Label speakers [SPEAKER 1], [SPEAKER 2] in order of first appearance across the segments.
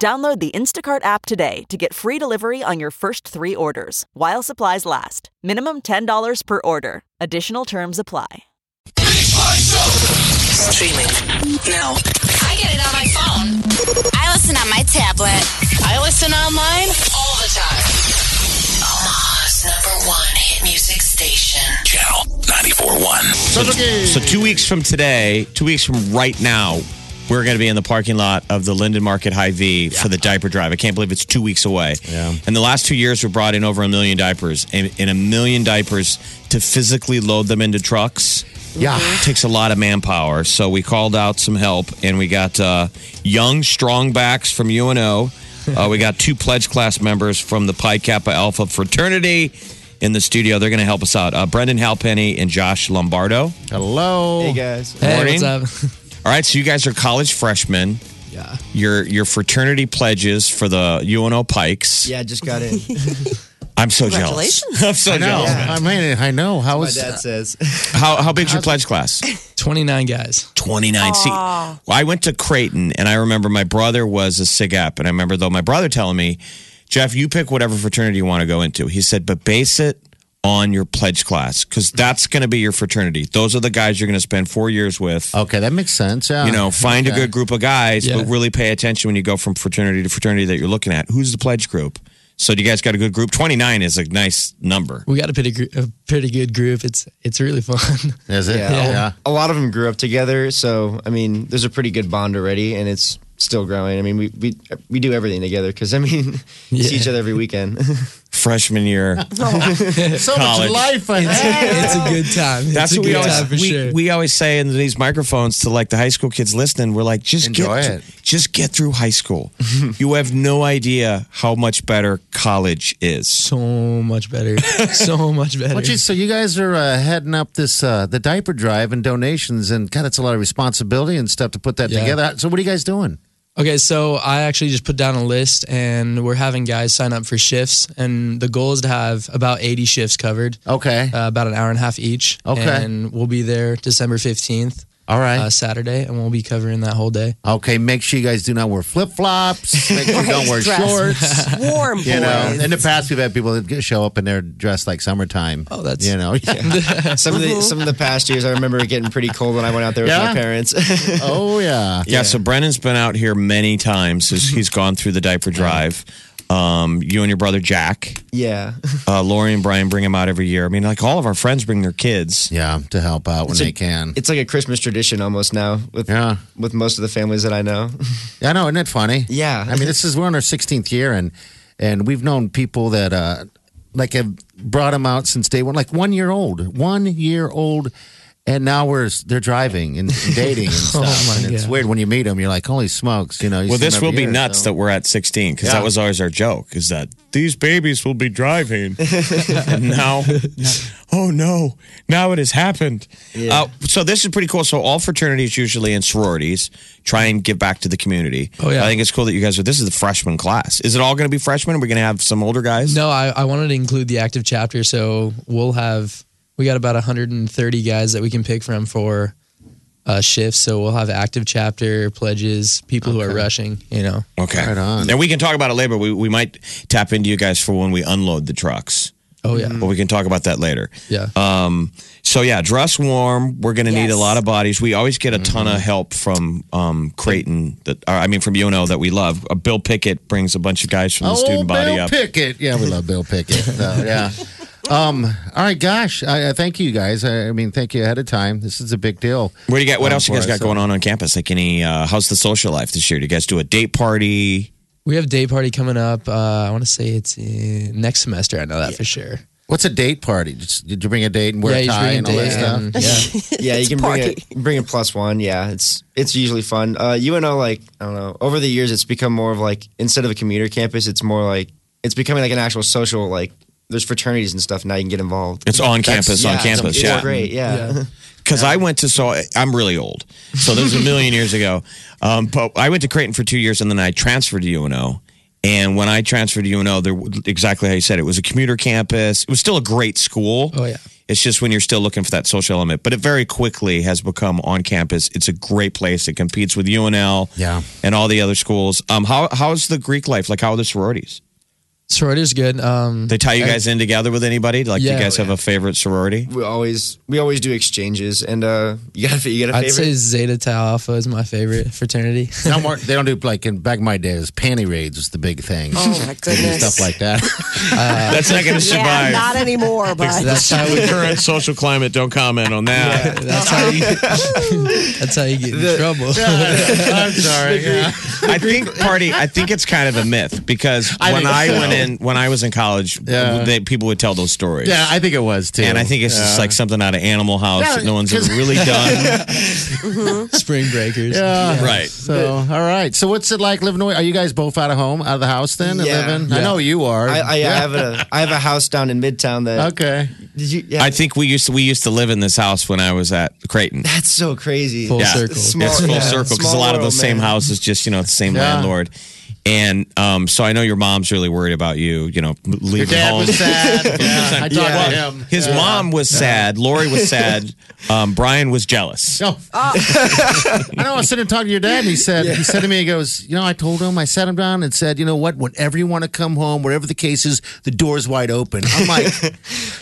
[SPEAKER 1] Download the Instacart app today to get free delivery on your first three orders while supplies last. Minimum $10 per order. Additional terms apply.
[SPEAKER 2] Streaming now.
[SPEAKER 3] I get it on my phone. I listen on my tablet.
[SPEAKER 2] I listen online all the time. Omaha's number one hit music station. Channel 94.1.
[SPEAKER 4] So two weeks from today, two weeks from right now, we're going to be in the parking lot of the Linden Market High V for the diaper drive. I can't believe it's two weeks away. Yeah. And the last two years, we brought in over a million diapers, and, and a million diapers to physically load them into trucks.
[SPEAKER 5] Yeah.
[SPEAKER 6] Mm-hmm.
[SPEAKER 4] takes a lot of manpower. So we called out some help, and we got uh, young strong backs from UNO. Uh, we got two pledge class members from the Pi Kappa Alpha fraternity in the studio. They're going to help us out. Uh, Brendan Halpenny and Josh Lombardo.
[SPEAKER 5] Hello.
[SPEAKER 7] Hey guys.
[SPEAKER 4] Morning.
[SPEAKER 6] what's up?
[SPEAKER 4] All right, so you guys are college freshmen.
[SPEAKER 6] yeah.
[SPEAKER 4] Your your fraternity pledges for the UNO Pikes.
[SPEAKER 7] Yeah, just got in.
[SPEAKER 4] I'm so jealous. I'm so
[SPEAKER 5] I know.
[SPEAKER 4] jealous.
[SPEAKER 5] I mean, I know. How
[SPEAKER 7] My
[SPEAKER 5] was
[SPEAKER 7] dad says.
[SPEAKER 4] How how big's your pledge class?
[SPEAKER 6] 29 guys.
[SPEAKER 4] 29 seat. Well, I went to Creighton, and I remember my brother was a SIG app, and I remember though my brother telling me, Jeff, you pick whatever fraternity you want to go into. He said, but base it on your pledge class because that's going to be your fraternity. Those are the guys you're going to spend four years with.
[SPEAKER 5] Okay, that makes sense. Yeah.
[SPEAKER 4] You know, find a
[SPEAKER 5] Oh, Okay.
[SPEAKER 4] good group of guys,
[SPEAKER 6] Yeah.
[SPEAKER 4] but really pay attention when you go from fraternity to fraternity that you're looking at. Who's the pledge group? So, do you guys got a good group? 29 is a nice number.
[SPEAKER 6] We got a pretty gr- a pretty good group. It's it's really fun.
[SPEAKER 5] Is it?
[SPEAKER 7] Yeah. A lot of them grew up together, so I mean, there's a pretty good bond already, and it's still growing. I mean, we we, we do everything together because I mean, we see
[SPEAKER 6] Yeah.
[SPEAKER 7] each other every weekend.
[SPEAKER 4] Freshman year.
[SPEAKER 5] So much
[SPEAKER 4] College.
[SPEAKER 5] life ahead.
[SPEAKER 6] it's a good time. It's
[SPEAKER 4] That's
[SPEAKER 6] a
[SPEAKER 4] what
[SPEAKER 6] good
[SPEAKER 4] we always
[SPEAKER 6] time for
[SPEAKER 4] we,
[SPEAKER 6] sure.
[SPEAKER 4] we always say in these microphones to like the high school kids listening. We're like, just
[SPEAKER 5] Enjoy
[SPEAKER 4] get
[SPEAKER 5] it.
[SPEAKER 4] just get through high school. you have no idea how much better college is.
[SPEAKER 6] so much better. so much better.
[SPEAKER 5] Well, geez, so you guys are uh, heading up this uh, the diaper drive and donations, and God, it's a lot of responsibility and stuff to put that
[SPEAKER 6] Yeah.
[SPEAKER 5] together. So, what are you guys doing?
[SPEAKER 6] Okay, so I actually just put down a list and we're having guys sign up for shifts and the goal is to have about 80 shifts covered.
[SPEAKER 5] Okay,
[SPEAKER 6] Uh, about an hour and a half each.
[SPEAKER 5] Okay.
[SPEAKER 6] And we'll be there December 15th,
[SPEAKER 5] all
[SPEAKER 6] uh,
[SPEAKER 5] right,
[SPEAKER 6] Saturday, and we'll be covering that whole day.
[SPEAKER 5] okay. Make sure you guys do not wear flip flops. Make sure you don't wear
[SPEAKER 8] Dress.
[SPEAKER 5] shorts.
[SPEAKER 8] warm boys.
[SPEAKER 5] You know, in the past we've had people that get- show up and they're dressed like summertime.
[SPEAKER 6] Oh, that's-
[SPEAKER 5] you know,
[SPEAKER 7] some of the some of the past years, I remember it getting pretty cold when I went out there
[SPEAKER 5] Yeah?
[SPEAKER 7] with my parents.
[SPEAKER 5] oh yeah.
[SPEAKER 4] Yeah, so Brennan's been out here many times. He's, he's gone through the diaper drive. Um, you and your brother Jack,
[SPEAKER 7] yeah,
[SPEAKER 4] uh, Lori and Brian bring him out every year. I mean, like all of our friends bring their kids.
[SPEAKER 5] Yeah, to help out when
[SPEAKER 7] It's a-
[SPEAKER 5] they can.
[SPEAKER 7] it's like a Christmas tradition almost now with
[SPEAKER 5] Yeah.
[SPEAKER 7] with most of the families that I know.
[SPEAKER 5] I know, isn't it funny?
[SPEAKER 7] Yeah.
[SPEAKER 5] I mean, this is we're on our 16th year, and and we've known people that uh, like have brought them out since day one, like one year old, one year old, and now we're they're driving and, and dating and stuff.
[SPEAKER 6] Oh my
[SPEAKER 5] and it's
[SPEAKER 6] God.
[SPEAKER 5] weird when you meet them, you're like, holy smokes, you know. you
[SPEAKER 4] Well,
[SPEAKER 5] see 'em
[SPEAKER 4] this
[SPEAKER 5] every
[SPEAKER 4] will be
[SPEAKER 5] year,
[SPEAKER 4] nuts
[SPEAKER 5] so-
[SPEAKER 4] that we're at 16 because that
[SPEAKER 5] Yeah.
[SPEAKER 4] was always our joke is that these babies will be driving. and now, oh no, now it has happened. Uh, so, this is pretty cool. So, all fraternities usually and sororities try and give back to the community.
[SPEAKER 6] Oh, yeah.
[SPEAKER 4] I think it's cool that you guys are. This is the freshman class. Is it all going to be freshmen? Are we going to have some older guys?
[SPEAKER 6] No, I, I wanted to include the active chapter, so we'll have we got about 130 guys that we can pick from for uh, shifts. So we'll have active chapter pledges, people who are rushing. You know,
[SPEAKER 4] Okay.
[SPEAKER 5] Right on.
[SPEAKER 4] And we can talk about it later. We, we might tap into you guys for when we unload the trucks,
[SPEAKER 6] oh yeah,
[SPEAKER 4] but we can talk about that later.
[SPEAKER 6] yeah,
[SPEAKER 4] Um, so, yeah, dress warm. We're going to need
[SPEAKER 8] Yes.
[SPEAKER 4] a lot of bodies. We always get a ton of help from um, Creighton, that, or, I mean, from UNO that we love. Uh, Bill Pickett brings a bunch of guys from the
[SPEAKER 5] Oh,
[SPEAKER 4] student body
[SPEAKER 5] Bill
[SPEAKER 4] up.
[SPEAKER 5] Pickett. Yeah, we love Bill Pickett. So, yeah. Um, all right, gosh, I, I thank you guys. I, I mean, thank you ahead of time. This is a big deal.
[SPEAKER 4] What do you got? What
[SPEAKER 5] Um,
[SPEAKER 4] else you guys
[SPEAKER 5] for
[SPEAKER 4] got
[SPEAKER 5] us,
[SPEAKER 4] going on on campus? Like any, uh, how's the social life this year? Do you guys do a date party?
[SPEAKER 6] we have day party coming up. Uh, I want to say it's in, next semester. I know that for sure.
[SPEAKER 5] What's a date party? Just- Did you bring a date and wear a
[SPEAKER 6] you
[SPEAKER 5] tie and all that stuff?
[SPEAKER 6] bring a date um, and- yeah.
[SPEAKER 7] yeah, you
[SPEAKER 8] It's
[SPEAKER 7] can
[SPEAKER 8] party.
[SPEAKER 7] bring a bring a plus one. Yeah, it's it's usually fun. Uh, UNO like I don't know. Over the years, it's become more of like instead of a commuter campus, it's more like it's becoming like an actual social like. There's fraternities and stuff now you can get involved.
[SPEAKER 4] It's on
[SPEAKER 7] That's-
[SPEAKER 4] campus, on
[SPEAKER 7] yeah, it's-
[SPEAKER 4] campus,
[SPEAKER 7] it's
[SPEAKER 4] yeah.
[SPEAKER 7] great, yeah.
[SPEAKER 4] Because I went to so I'm really old, so this was a million years ago. Um, but I went to Creighton for two years, and then I transferred to UNO. And when I transferred to UNO, there exactly how you said it was a commuter campus. It was still a great school.
[SPEAKER 6] Oh, yeah.
[SPEAKER 4] It's just when you're still looking for that social element, but it very quickly has become on campus. It's a great place. It competes with UNL,
[SPEAKER 5] Yeah.
[SPEAKER 4] and all the other schools. Um, how how's the Greek life? Like how are the sororities?
[SPEAKER 6] Sorority's good. Um,
[SPEAKER 4] They tie you guys in together with anybody? Like
[SPEAKER 6] Yeah.
[SPEAKER 4] you guys have a favorite sorority?
[SPEAKER 7] We always we always do exchanges, and uh, you got to you got a
[SPEAKER 6] I'd say
[SPEAKER 7] favorite.
[SPEAKER 6] Zeta Tau Alpha is my favorite fraternity.
[SPEAKER 5] No more, they don't do like in back in my days. Panty raids was the big thing.
[SPEAKER 8] Oh my
[SPEAKER 5] They do
[SPEAKER 8] goodness.
[SPEAKER 5] stuff like that.
[SPEAKER 6] Uh,
[SPEAKER 4] That's not going to
[SPEAKER 8] yeah,
[SPEAKER 4] survive.
[SPEAKER 8] not anymore, but
[SPEAKER 6] That's how
[SPEAKER 4] the
[SPEAKER 6] we.
[SPEAKER 4] current social climate. Don't comment on that.
[SPEAKER 6] That's how you. that's how you get in trouble.
[SPEAKER 5] I'm sorry. Yeah.
[SPEAKER 4] I think party. I think it's kind of a myth because
[SPEAKER 5] I
[SPEAKER 4] when
[SPEAKER 5] think
[SPEAKER 4] I
[SPEAKER 5] so.
[SPEAKER 4] went in, when I was in college,
[SPEAKER 5] Yeah.
[SPEAKER 4] they, people would tell those stories.
[SPEAKER 5] yeah, I think it was too.
[SPEAKER 4] And I think it's just like something out of Animal House
[SPEAKER 5] Yeah,
[SPEAKER 4] that no one's
[SPEAKER 5] 'cause-
[SPEAKER 4] ever really done.
[SPEAKER 6] Spring breakers.
[SPEAKER 5] Yeah.
[SPEAKER 4] Right.
[SPEAKER 5] So, all right. So, what's it like living away? Are you guys both out of home, out of the house then? and
[SPEAKER 7] Yeah.
[SPEAKER 5] living? I
[SPEAKER 6] Yeah.
[SPEAKER 5] know you are.
[SPEAKER 7] I, I, I have a I have a house down in Midtown that
[SPEAKER 5] okay.
[SPEAKER 7] did you, yeah,
[SPEAKER 4] I think we used to we used to live in this house when I was at Creighton.
[SPEAKER 7] that's so crazy.
[SPEAKER 6] Full
[SPEAKER 4] Yeah.
[SPEAKER 6] circle.
[SPEAKER 7] Small-
[SPEAKER 4] it's full
[SPEAKER 7] yeah,
[SPEAKER 4] circle because a
[SPEAKER 7] small
[SPEAKER 4] lot of
[SPEAKER 7] world,
[SPEAKER 4] those same
[SPEAKER 7] man.
[SPEAKER 4] houses just you know it's the same
[SPEAKER 5] Yeah.
[SPEAKER 4] landlord. And um, so I know your mom's really worried about you. You know, leaving
[SPEAKER 5] Your dad
[SPEAKER 4] home.
[SPEAKER 5] was sad. yeah. I talked to
[SPEAKER 4] Well,
[SPEAKER 5] him.
[SPEAKER 4] His
[SPEAKER 5] Yeah.
[SPEAKER 4] mom was sad. Lori was sad. Um, Brian was jealous.
[SPEAKER 5] No.
[SPEAKER 7] Oh.
[SPEAKER 5] I know. I was sitting and talking to your dad, and he said, he said to me, he goes, you know, I told him, I sat him down and said, you know what? Whenever you want to come home, whatever the case is, the door's wide open. I'm like,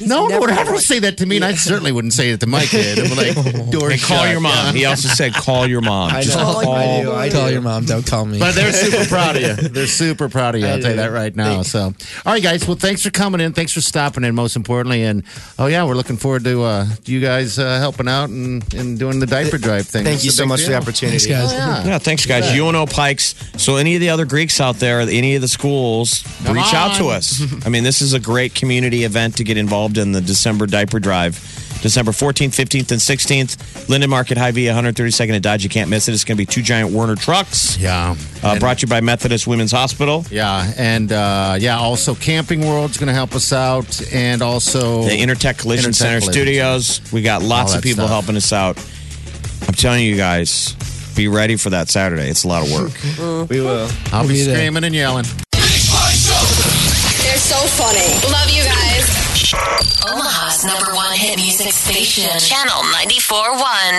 [SPEAKER 5] no one
[SPEAKER 8] never
[SPEAKER 5] would ever
[SPEAKER 8] right.
[SPEAKER 5] say that to me, and I certainly wouldn't say it to my kid. I'm like, door's
[SPEAKER 4] And call
[SPEAKER 5] shut."
[SPEAKER 4] your mom. He also said, call your mom.
[SPEAKER 7] I
[SPEAKER 4] Just
[SPEAKER 7] know. I
[SPEAKER 4] call.
[SPEAKER 7] do. I do.
[SPEAKER 6] Call your mom. Don't call me.
[SPEAKER 5] But they're super proud of you. They're super proud of you. I'll tell you that right now. So, all right, guys. Well, thanks for coming in. Thanks for stopping in. Most importantly, and oh yeah, we're looking forward to uh, you guys uh, helping out and, and doing the diaper drive thing.
[SPEAKER 7] Thank
[SPEAKER 5] It's
[SPEAKER 7] you
[SPEAKER 5] a
[SPEAKER 7] so
[SPEAKER 5] big
[SPEAKER 7] much for the
[SPEAKER 5] deal.
[SPEAKER 7] opportunity.
[SPEAKER 6] Thanks, guys.
[SPEAKER 5] Oh, Yeah.
[SPEAKER 4] Yeah, thanks, guys. UNO Pikes. So, any of the other Greeks out there, any of the schools,
[SPEAKER 5] Come
[SPEAKER 4] reach out to
[SPEAKER 5] on.
[SPEAKER 4] us. I mean, this is a great community event to get involved in the December diaper drive. December 14th, 15th, and 16th. Linden Market High V, 132nd and Dodge. You can't miss it. It's going to be two giant Werner trucks.
[SPEAKER 5] Yeah.
[SPEAKER 4] Uh, brought to you by Methodist Women's Hospital.
[SPEAKER 5] Yeah, and uh, yeah, also Camping World's going to help us out, and also
[SPEAKER 4] the Intertech Collision
[SPEAKER 5] Intertech
[SPEAKER 4] Center
[SPEAKER 5] Collision
[SPEAKER 4] Studios. We got lots
[SPEAKER 5] All
[SPEAKER 4] of
[SPEAKER 5] that
[SPEAKER 4] people
[SPEAKER 5] stuff.
[SPEAKER 4] helping us out. I'm telling you guys, be ready for that Saturday. It's a lot of work.
[SPEAKER 7] We will.
[SPEAKER 5] I'll be
[SPEAKER 6] We'll be there.
[SPEAKER 5] screaming and yelling.
[SPEAKER 3] They're so funny. Love you guys.
[SPEAKER 2] Omaha's number one hit music station, Channel 94.1.